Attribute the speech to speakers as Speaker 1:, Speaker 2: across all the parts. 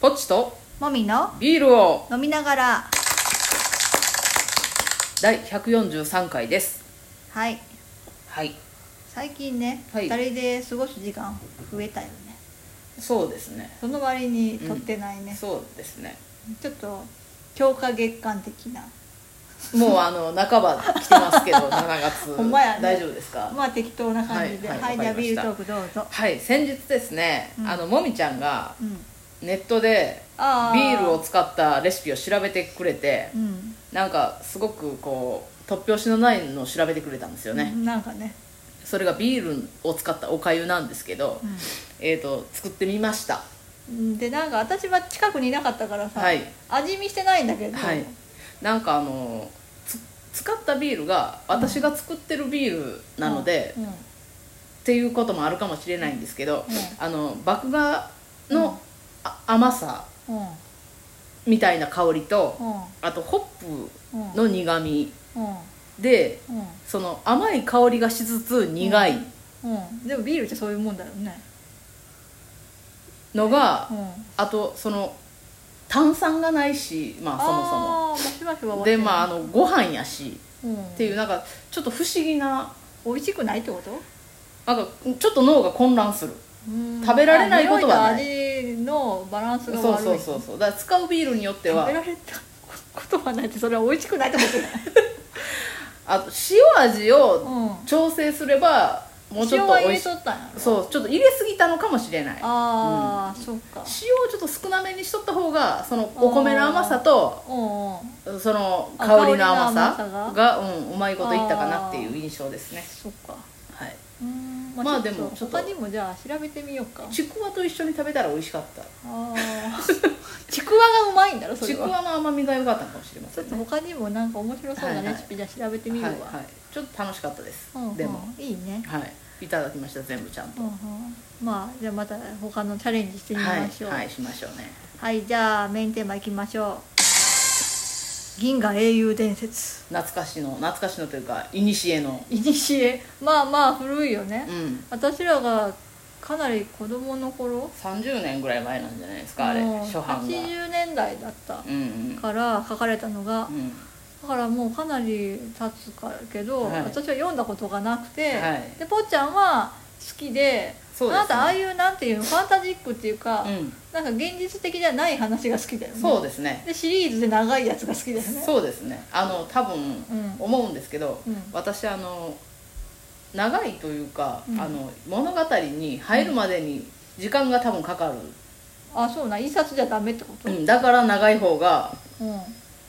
Speaker 1: ポチと
Speaker 2: もみの
Speaker 1: ビールを
Speaker 2: 飲みながら
Speaker 1: 第143回です
Speaker 2: はい
Speaker 1: はい
Speaker 2: 最近ね、
Speaker 1: はい
Speaker 2: 二人で過ごす時間増えたよね
Speaker 1: そうですね
Speaker 2: その割に撮ってないね、
Speaker 1: そうですね
Speaker 2: ちょっと強化月間的な
Speaker 1: もうあの半ば来てますけ ど7月
Speaker 2: ほんまやね
Speaker 1: 大丈夫ですか
Speaker 2: まあ適当な感じでは
Speaker 1: はい
Speaker 2: い、
Speaker 1: はい
Speaker 2: じゃあ
Speaker 1: わか
Speaker 2: ビ
Speaker 1: り
Speaker 2: ール
Speaker 1: ま
Speaker 2: ト
Speaker 1: した
Speaker 2: ークどうぞ
Speaker 1: はい先日ですね、
Speaker 2: うん
Speaker 1: あのもみちゃんが
Speaker 2: うん
Speaker 1: ネットで
Speaker 2: あ
Speaker 1: ビールを使ったレシピを調べてくれて
Speaker 2: うん
Speaker 1: なんかすごくこう突拍子のないのを調べてくれたんですよね、
Speaker 2: なんかね、
Speaker 1: それがビールを使ったおかゆなんですけど、えっ、と作ってみました
Speaker 2: うん、でなんか私は近くにいなかったからさ、
Speaker 1: はい
Speaker 2: 味見してないんだけど、
Speaker 1: はい、なんかあのつ使ったビールが私が作ってるビールなので、
Speaker 2: うん
Speaker 1: っていうこともあるかもしれないんですけど、
Speaker 2: うん
Speaker 1: あの麦芽の、
Speaker 2: うん
Speaker 1: あ甘さ
Speaker 2: うん
Speaker 1: みたいな香りと、
Speaker 2: う
Speaker 1: あとホッ
Speaker 2: んうん
Speaker 1: プの苦み
Speaker 2: うん
Speaker 1: で
Speaker 2: うん
Speaker 1: その甘い香りがしつつ苦い
Speaker 2: うんでもビールってそういうもんだよね
Speaker 1: のが、
Speaker 2: うん
Speaker 1: あとその炭酸がないしまあそもそも。
Speaker 2: あーもしもしは
Speaker 1: でまああのご飯やし
Speaker 2: うん、
Speaker 1: っていうなんかちょっと不思議な
Speaker 2: 美味しくないってこと
Speaker 1: なんかちょっと脳が混乱する食べられないことはない
Speaker 2: あ匂いと味のバランスが悪い
Speaker 1: そうそうそうそうだから使うビールによって
Speaker 2: 食
Speaker 1: は
Speaker 2: べられたことはないってそれは美味しくないってことだよ
Speaker 1: あと塩味を調整すればもうち
Speaker 2: 塩
Speaker 1: ょっと
Speaker 2: は
Speaker 1: 美
Speaker 2: 入
Speaker 1: 味
Speaker 2: れ
Speaker 1: しい
Speaker 2: とったんやろ
Speaker 1: そうちょっと入れすぎたのかもしれない塩を
Speaker 2: ああ、そうか
Speaker 1: ちょっと少なめにしとった方がそのお米の甘さと
Speaker 2: うんうん
Speaker 1: その
Speaker 2: あ
Speaker 1: 香りの甘さ
Speaker 2: 香りの甘さ
Speaker 1: がうん、うまいこといったかなっていう印象ですね
Speaker 2: そうか
Speaker 1: はい
Speaker 2: うん
Speaker 1: まあ
Speaker 2: ちょっと
Speaker 1: でもちょっと
Speaker 2: 他にもじゃあ調べてみようか
Speaker 1: ちくわと一緒に食べたら美味しかった
Speaker 2: あー ちくわがうまいんだろそれ
Speaker 1: ちく
Speaker 2: は
Speaker 1: わの甘みが良かったかもしれま
Speaker 2: ち
Speaker 1: せ
Speaker 2: ょっ
Speaker 1: ん
Speaker 2: と
Speaker 1: ね
Speaker 2: 他にもなんか面白そうなレシピじゃあ調べてみるわ、
Speaker 1: はいはい、ちょっと楽しかったです、
Speaker 2: うんうん
Speaker 1: でも
Speaker 2: いいね
Speaker 1: はいいただきました全部ちゃんと
Speaker 2: うんうんまあじゃあまた他のチャレンジしてみましょう
Speaker 1: はい、はい、しましょうね
Speaker 2: はい、じゃあメインテーマいきましょう。銀河英雄伝説。
Speaker 1: 懐かしの懐かしのというかいにしえの
Speaker 2: いにしえ、まあまあ古いよね。
Speaker 1: うん
Speaker 2: 私らがかなり子供の頃、
Speaker 1: 30年ぐらい前なんじゃないですかあれ
Speaker 2: もう
Speaker 1: 初版が
Speaker 2: 80年代だった
Speaker 1: うんうん
Speaker 2: から書かれたのが、
Speaker 1: うん
Speaker 2: だからもうかなり経つからけど、
Speaker 1: はい
Speaker 2: 私は読んだことがなくて、
Speaker 1: はい
Speaker 2: でぽっちゃんは好きで、
Speaker 1: そうですね
Speaker 2: あなたああいうなんていうのファンタジックっていうか、
Speaker 1: うん
Speaker 2: なんか現実的じゃない話が好きだよね。
Speaker 1: そうですね
Speaker 2: でシリーズで長いやつが好きだよね。
Speaker 1: そうですねあの多分
Speaker 2: うん
Speaker 1: 思うんですけど、
Speaker 2: うん
Speaker 1: 私あの長いというか、
Speaker 2: うん
Speaker 1: あの物語に入るまでに時間が多分かかる、
Speaker 2: あそうなん印刷じゃダメってこと、
Speaker 1: う
Speaker 2: うん
Speaker 1: ん、だから長い方が
Speaker 2: あ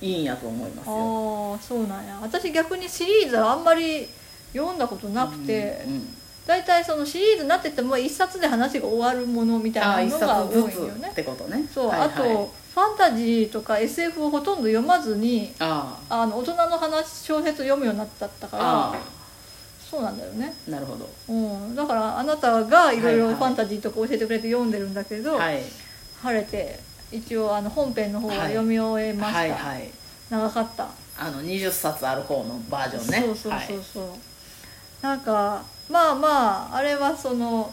Speaker 1: いいんやと思いますよ
Speaker 2: あそうなんや私逆にシリーズはあんまり読んだことなくて
Speaker 1: うんうん
Speaker 2: 大体、そのシリーズになってても一冊で話が終わるものみ
Speaker 1: あ
Speaker 2: た
Speaker 1: ー
Speaker 2: い
Speaker 1: 一
Speaker 2: なのが
Speaker 1: 冊ず
Speaker 2: 多いんよ
Speaker 1: つっ
Speaker 2: ね
Speaker 1: てことね
Speaker 2: そう、
Speaker 1: はいはい
Speaker 2: あとファンタジーとか SF をほとんど読まずに
Speaker 1: あー
Speaker 2: あの大人の話小説読むようになっちゃったから
Speaker 1: あ
Speaker 2: そうなんだよね、
Speaker 1: ーなるほど
Speaker 2: うん、だからあなたがいろい
Speaker 1: はい
Speaker 2: ろ
Speaker 1: はい
Speaker 2: ファンタジーとか教えてくれて読んでるんだけど、
Speaker 1: はい
Speaker 2: 晴れて一応あの本編の方は読み終えました、
Speaker 1: はいはい
Speaker 2: 長かった
Speaker 1: あの20冊ある方のバージョンね
Speaker 2: そうそう
Speaker 1: はい
Speaker 2: そうそう、なんかまあまああれはその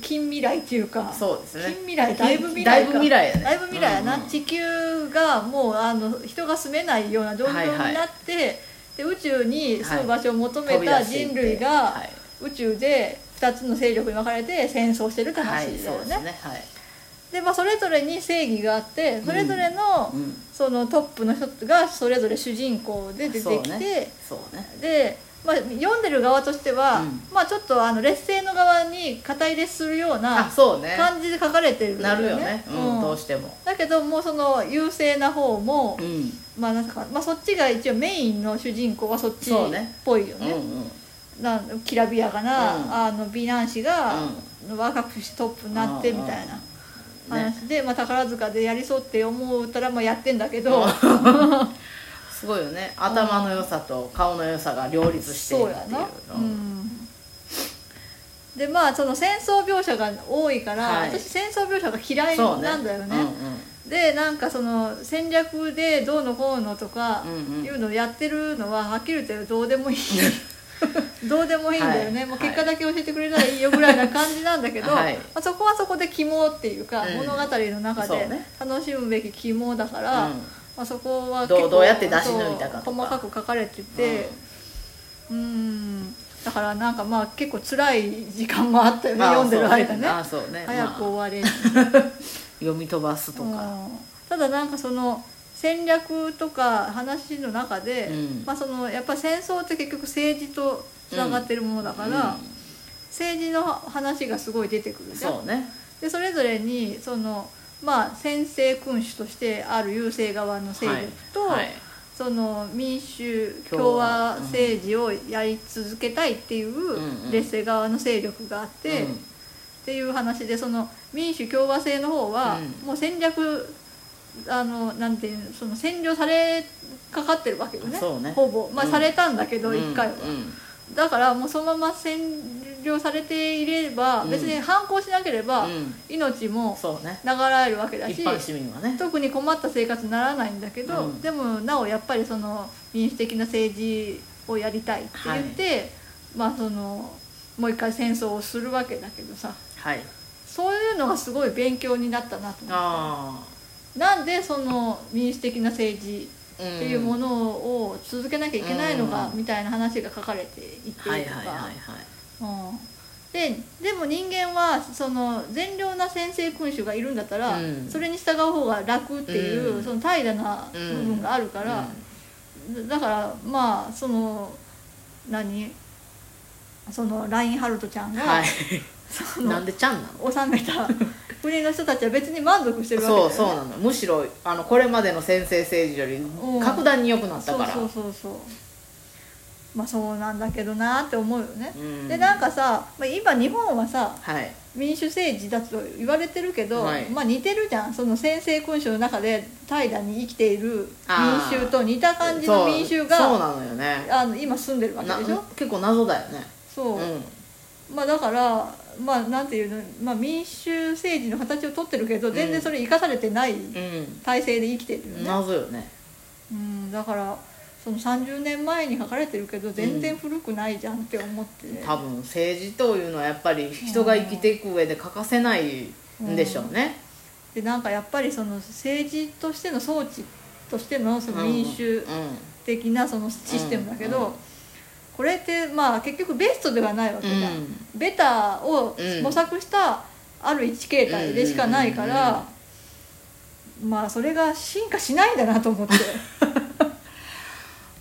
Speaker 2: 近未来っていうか
Speaker 1: そうですね
Speaker 2: 近未来だいぶ未来か
Speaker 1: だいぶ未来やね
Speaker 2: だいぶ未来やな、
Speaker 1: うんうん
Speaker 2: 地球がもうあの人が住めないような状況になって、で宇宙に住む場所を求
Speaker 1: は
Speaker 2: めた
Speaker 1: い飛び出していって
Speaker 2: 人類
Speaker 1: は
Speaker 2: が
Speaker 1: い
Speaker 2: 宇宙で2つの勢力に分かれて戦争してるって
Speaker 1: はい
Speaker 2: 話だ
Speaker 1: そう
Speaker 2: よ
Speaker 1: です
Speaker 2: ね。
Speaker 1: ねはい
Speaker 2: でまあ、それぞれに正義があってそれぞれの,、
Speaker 1: うん
Speaker 2: そのトップの人がそれぞれ主人公で出てきて、
Speaker 1: そうねそうね
Speaker 2: で、まあ、読んでる側としては、
Speaker 1: うん
Speaker 2: まあちょっとあの劣勢の側に肩入れするよう
Speaker 1: あ
Speaker 2: な
Speaker 1: そうね
Speaker 2: 感じで書かれてるよね
Speaker 1: なるよねうんどうしても
Speaker 2: だけどもうその優勢な方も
Speaker 1: う、ん
Speaker 2: まあなんかまあ、そっちが一応メインの主人公はそっちっ
Speaker 1: そうね
Speaker 2: ぽいよ
Speaker 1: うん
Speaker 2: ね
Speaker 1: うん
Speaker 2: なんきらびやかな、
Speaker 1: うん
Speaker 2: あの美男子が若くしトップになってみたい
Speaker 1: う
Speaker 2: な
Speaker 1: んうんね
Speaker 2: 話で、まあ、宝塚でやりそうって思うたらまあやってんだけど、
Speaker 1: うん すごいよね頭の良さと顔の良さが両立している
Speaker 2: そう
Speaker 1: っ
Speaker 2: や
Speaker 1: ていう
Speaker 2: な、う
Speaker 1: うん
Speaker 2: ん、でまあその戦争描写が多いから、
Speaker 1: はい
Speaker 2: 私戦争描写が嫌い
Speaker 1: そうね
Speaker 2: なんだよね
Speaker 1: うん
Speaker 2: でなんかその戦略でどうのこうのとか
Speaker 1: うんうん
Speaker 2: いうのをやってるのははっきり言ってどうでもいい どうでもいいんだよね、
Speaker 1: はい
Speaker 2: もう結果だけ教えてくれたらいいよぐらいな感じなんだけど、
Speaker 1: はい
Speaker 2: まあ、そこはそこで肝っていうか、
Speaker 1: うん
Speaker 2: 物語の中
Speaker 1: そう
Speaker 2: で
Speaker 1: ね
Speaker 2: 楽しむべき肝だか
Speaker 1: う
Speaker 2: ら、
Speaker 1: ん
Speaker 2: まあ、そこは
Speaker 1: どうどうやって出し抜いたかとか
Speaker 2: そう細かく書かれててうんだからなんかまあ結構辛い時間もあったよね
Speaker 1: まあ
Speaker 2: 読んでる間
Speaker 1: そう
Speaker 2: ね
Speaker 1: ああそうね
Speaker 2: 早く
Speaker 1: まあ
Speaker 2: 終われる
Speaker 1: 読み飛ばすとか、
Speaker 2: うんただなんかその戦略とか話の中で、
Speaker 1: うん
Speaker 2: まあ、そのやっぱ戦争って結局政治とつながってるものだから、政治の話がすごい出てく
Speaker 1: う
Speaker 2: る
Speaker 1: ん
Speaker 2: じゃん
Speaker 1: そうね
Speaker 2: でそれぞれにその、まあ、先制君主としてある優勢側の勢力と、
Speaker 1: はい
Speaker 2: その民主
Speaker 1: 共
Speaker 2: 共
Speaker 1: 和
Speaker 2: 和政治をやり続けたいってい
Speaker 1: んうん
Speaker 2: う劣勢側の勢力があって、
Speaker 1: うん
Speaker 2: っていう話でその民主共和制の方は
Speaker 1: う
Speaker 2: もう戦略あのなんていうのその占領されかかってるわけよね
Speaker 1: そうね
Speaker 2: ほぼ、まあ
Speaker 1: うん
Speaker 2: されたんだけど
Speaker 1: うん
Speaker 2: 一、回は、
Speaker 1: うん
Speaker 2: だからもうそのまま占領されていれば
Speaker 1: うん
Speaker 2: 別に反抗しなければ
Speaker 1: うん
Speaker 2: 命も
Speaker 1: そうね
Speaker 2: 流られるわけだし、
Speaker 1: 一般市民はね
Speaker 2: 特に困った生活にならないんだけど、
Speaker 1: うん
Speaker 2: でもなおやっぱりその民主的な政治をやりたいって言って、まあそのもう一回戦争をするわけだけどさ
Speaker 1: はい
Speaker 2: そういうのがすごい勉強になったなと思っ
Speaker 1: あ
Speaker 2: てなんでその民主的な政治
Speaker 1: あっ
Speaker 2: っていうも
Speaker 1: の
Speaker 2: のを続けなきゃいけないのか
Speaker 1: うん
Speaker 2: みたいな話が書かれていてとか。
Speaker 1: はいはいはいはい
Speaker 2: うんででも人間はその善良な先制君主がいるんだったら、
Speaker 1: うん
Speaker 2: それに従う方が楽っていう、
Speaker 1: うん
Speaker 2: その怠惰な部分があるから、だからまあその何そのラインハルトちゃん
Speaker 1: うん
Speaker 2: が、
Speaker 1: は
Speaker 2: そ
Speaker 1: いなん
Speaker 2: の
Speaker 1: でちゃんなの
Speaker 2: 治め た国の人たちは別に満足してるわけだ
Speaker 1: そ
Speaker 2: よ
Speaker 1: うそ
Speaker 2: ね
Speaker 1: うなのむしろあのこれまでの先制政治より格段に良くなった
Speaker 2: そう
Speaker 1: から
Speaker 2: そうそうそうまあそうなんだけどなって思うよね、
Speaker 1: うん
Speaker 2: でなんかさ、まあ、今日本はさ、
Speaker 1: はい
Speaker 2: 民主政治だと言われてるけど、
Speaker 1: はい
Speaker 2: まあ似てるじゃんその先制君主の中で怠惰に生きている
Speaker 1: あー
Speaker 2: 民衆と似た感じの民衆
Speaker 1: そうそう
Speaker 2: が
Speaker 1: なのよね
Speaker 2: あの今住んでるわ
Speaker 1: な
Speaker 2: けでしょ
Speaker 1: 結構謎だよね
Speaker 2: そう、
Speaker 1: うん
Speaker 2: まあだからまあなんていうの、まあ、民主政治の形をとってるけど全然それ生かされてない体制で生きてるよ
Speaker 1: うん
Speaker 2: ね、
Speaker 1: 謎よね
Speaker 2: うん、だからその30年前に書かれてるけど全然古くないじゃんって思って、
Speaker 1: 多分政治というのはやっぱり人が生きていく上で欠かせないんでしょうね、
Speaker 2: でなんかやっぱりその政治としての装置としてのその民
Speaker 1: うんう
Speaker 2: 主、
Speaker 1: ん
Speaker 2: 的なそのシステムだけど、
Speaker 1: うんうん
Speaker 2: これってまあ結局ベストではないわけじゃん、
Speaker 1: うん
Speaker 2: ベターを
Speaker 1: うん
Speaker 2: 模索したある一形態でしかないから、まあそれが進化しないんだなと思って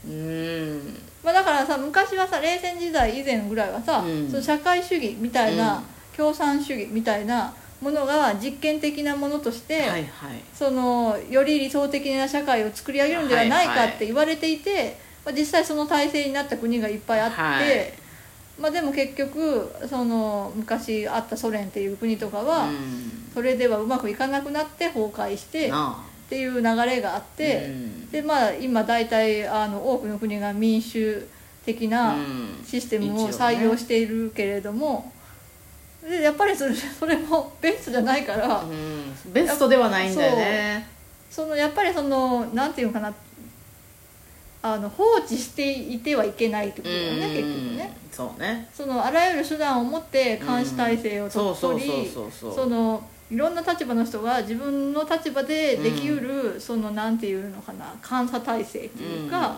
Speaker 1: うん
Speaker 2: まあだからさ昔はさ冷戦時代以前ぐらいはさ、
Speaker 1: うん
Speaker 2: その社会主義みたいな、
Speaker 1: うん
Speaker 2: 共産主義みたいなものが実験的なものとして、
Speaker 1: はいはい
Speaker 2: そのより理想的な社会を作り上げるんではない
Speaker 1: は
Speaker 2: か
Speaker 1: いはい
Speaker 2: って言われていて、まあ、実際その体制になった国がいっぱいあって、
Speaker 1: はい
Speaker 2: まあ、でも結局その昔あったソ連っていう国とかは、
Speaker 1: うん
Speaker 2: それではうまくいかなくなって崩壊してっ
Speaker 1: なあ
Speaker 2: ていう流れがあっ
Speaker 1: う
Speaker 2: て、
Speaker 1: ん
Speaker 2: でまあ今大体あの多くの国が民主的な
Speaker 1: うん
Speaker 2: システムを
Speaker 1: 一応ね
Speaker 2: 採用しているけれども、でやっぱりそれ それもベストじゃないから。
Speaker 1: うんベストではないんだよね
Speaker 2: そのやっぱりそのなんていうのかなあの放置していてはいけないってことだよね結
Speaker 1: うん
Speaker 2: 局ね
Speaker 1: そうね
Speaker 2: そのあらゆる手段を持って監視体制を
Speaker 1: そうそう
Speaker 2: 取り
Speaker 1: そう
Speaker 2: 取り
Speaker 1: そうそう
Speaker 2: そのいろんな立場の人が自分の立場でできうる、そのなんていうのかな監査体制っていうか、
Speaker 1: うん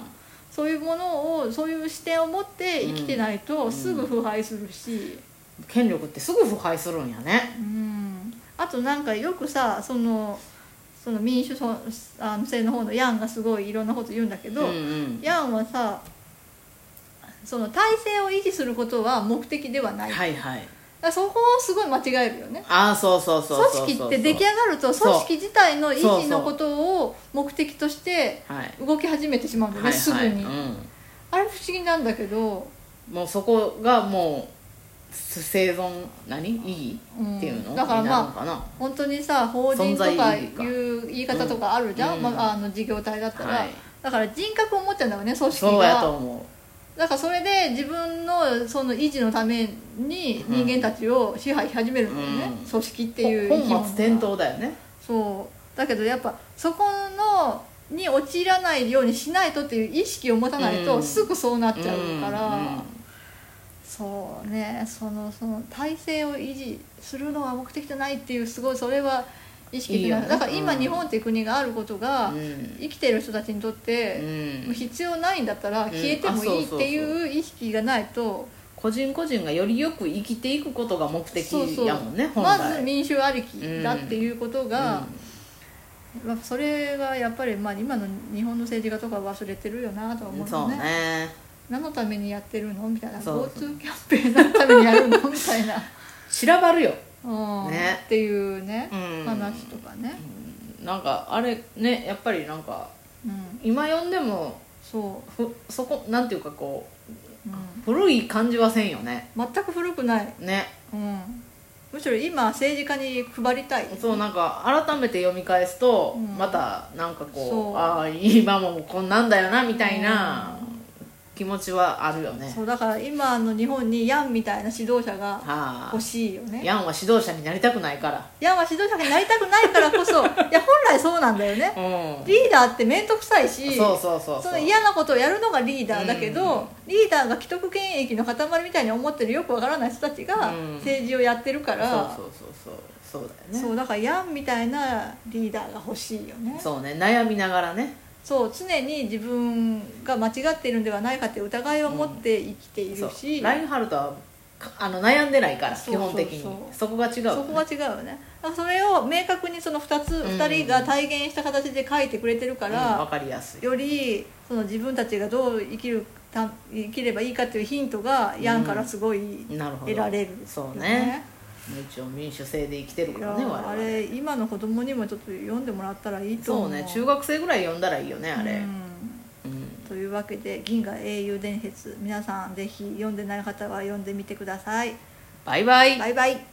Speaker 2: そういうものをそういう視点を持って生きてないとすぐ腐敗するし、
Speaker 1: 権力ってすぐ腐敗するんやね
Speaker 2: うん、あとなんかよくさそのその民主そあの制の方のヤンがすごいいろんなこと言うんだけど、
Speaker 1: んん
Speaker 2: ヤンはさその体制を維持することは目的ではない、だか
Speaker 1: はいはい
Speaker 2: らそこをすごい間違えるよね
Speaker 1: ああそうそうそうそう
Speaker 2: 組織って出来
Speaker 1: 上
Speaker 2: 上がると
Speaker 1: そう
Speaker 2: 組織自体の維持のことを目的として
Speaker 1: がはい
Speaker 2: 動き始めてしまうんだよね、すぐに、
Speaker 1: うん
Speaker 2: あれ不思議なんだけど、
Speaker 1: もうそこがもう生存何意義
Speaker 2: うん
Speaker 1: っていうの
Speaker 2: だから
Speaker 1: に
Speaker 2: ま
Speaker 1: な
Speaker 2: あ
Speaker 1: るのかな
Speaker 2: 本当にさ法人と
Speaker 1: 存
Speaker 2: か
Speaker 1: 在
Speaker 2: い
Speaker 1: 意義か
Speaker 2: う言い方とかあるじゃん、
Speaker 1: うん
Speaker 2: まあ、あの事業体だったら、
Speaker 1: はい
Speaker 2: だから人格を持っちゃうんだよね組織
Speaker 1: そうやと
Speaker 2: が
Speaker 1: 思
Speaker 2: だからそれで自分のその維持のために
Speaker 1: うん
Speaker 2: 人間たちを支配し始めるんだよね、
Speaker 1: うん
Speaker 2: 組織っ
Speaker 1: う
Speaker 2: ていう
Speaker 1: ほ本末転
Speaker 2: が
Speaker 1: 倒だよね
Speaker 2: そうだけどやっぱそこのに陥らないようにしないとっていう意識を持たないと
Speaker 1: うん
Speaker 2: すぐそうなっちゃうから、
Speaker 1: うんうん
Speaker 2: そうねそのその体制を維持するのが目的じゃないっていうすごいそれは意識的
Speaker 1: いいよ
Speaker 2: な
Speaker 1: ね
Speaker 2: だから今
Speaker 1: うん
Speaker 2: 日本っていう国があることが、
Speaker 1: うん
Speaker 2: 生きてる人たちにとっ
Speaker 1: う、
Speaker 2: て、もうん必要ないんだったら消えてもい
Speaker 1: うんあ
Speaker 2: い
Speaker 1: そうそ
Speaker 2: っ
Speaker 1: うそう
Speaker 2: ていう意識がないと、
Speaker 1: 個人個人がよりよく生きていくことが目的
Speaker 2: そうそう
Speaker 1: やもんね本
Speaker 2: ま
Speaker 1: 来
Speaker 2: ず民衆ありきだっていうことが、まあ、それはやっぱり、まあ、今の日本の政治家とかは忘れてるよなとは
Speaker 1: うん
Speaker 2: 思う
Speaker 1: そ
Speaker 2: よ
Speaker 1: う
Speaker 2: ね
Speaker 1: ね
Speaker 2: 何のためにやってるのみたいな
Speaker 1: そう
Speaker 2: GoTo キャンペーン何のためにやるのみ たいな、
Speaker 1: 散らばるよ、
Speaker 2: うん
Speaker 1: ね
Speaker 2: っていうね、
Speaker 1: うん
Speaker 2: 話とかね、
Speaker 1: なんかあれねやっぱりなんか
Speaker 2: うん、
Speaker 1: 今読んでも
Speaker 2: そ
Speaker 1: ふそこなんていうかこ
Speaker 2: う、うん
Speaker 1: う古い感じはせんよね
Speaker 2: 全く古くない、
Speaker 1: ね
Speaker 2: うん、むしろ今政治家に配りたい
Speaker 1: そうなんか改めて読み返すと、
Speaker 2: うん
Speaker 1: またなんか
Speaker 2: そ
Speaker 1: こ
Speaker 2: う
Speaker 1: うああ今もこんなんだよなみたいな気持ちはあるよね、
Speaker 2: そうだから今の日本にヤンみたいな指導者が
Speaker 1: はあ
Speaker 2: 欲しいよね
Speaker 1: ヤンは指導者になりたくないから
Speaker 2: ヤンは指導者になりたくないからこ そいや本来そうなんだよね
Speaker 1: うん
Speaker 2: リーダーって面倒くさいし
Speaker 1: そうそうそう
Speaker 2: そ
Speaker 1: そう
Speaker 2: の嫌なことをやるのがリーダーだけど、リーダーが既得権益の塊みたいに思ってるよくわからない人たちが
Speaker 1: うん
Speaker 2: 政治をやってるから、
Speaker 1: そうそうそうそうそうだよ
Speaker 2: そ
Speaker 1: ね
Speaker 2: うだからヤンみたいなリーダーが欲しいよね
Speaker 1: そうね悩みながらね
Speaker 2: そう常に自分が間違っているんではないかっていう疑いを持って生きてい
Speaker 1: そ
Speaker 2: る
Speaker 1: う
Speaker 2: し、
Speaker 1: ラインハルトはかあの悩んでないから
Speaker 2: そう
Speaker 1: 基本的に
Speaker 2: そ
Speaker 1: そう
Speaker 2: そう
Speaker 1: こが違う、ね、
Speaker 2: そこが違うよねだからそれを明確にその2つ、
Speaker 1: ん
Speaker 2: 2人が体現した形で書いてくれてるか
Speaker 1: うんわ
Speaker 2: ら、
Speaker 1: かりやすい
Speaker 2: よりその自分たちがどう生きるた生きればいいかっていうヒントがヤンからすごい、
Speaker 1: なるほど
Speaker 2: 得られる
Speaker 1: そうねもう一応民主制で生きてる
Speaker 2: い
Speaker 1: から
Speaker 2: や
Speaker 1: ね我々
Speaker 2: あれ今の子供にもちょっと読んでもらったらいいと思
Speaker 1: そう
Speaker 2: う
Speaker 1: ね中学生ぐらい読んだらいいよねあれ、
Speaker 2: うん
Speaker 1: うん
Speaker 2: というわけで「銀河英雄伝説」皆さんぜひ読んでない方は読んでみてください
Speaker 1: バイバイ
Speaker 2: バイバイ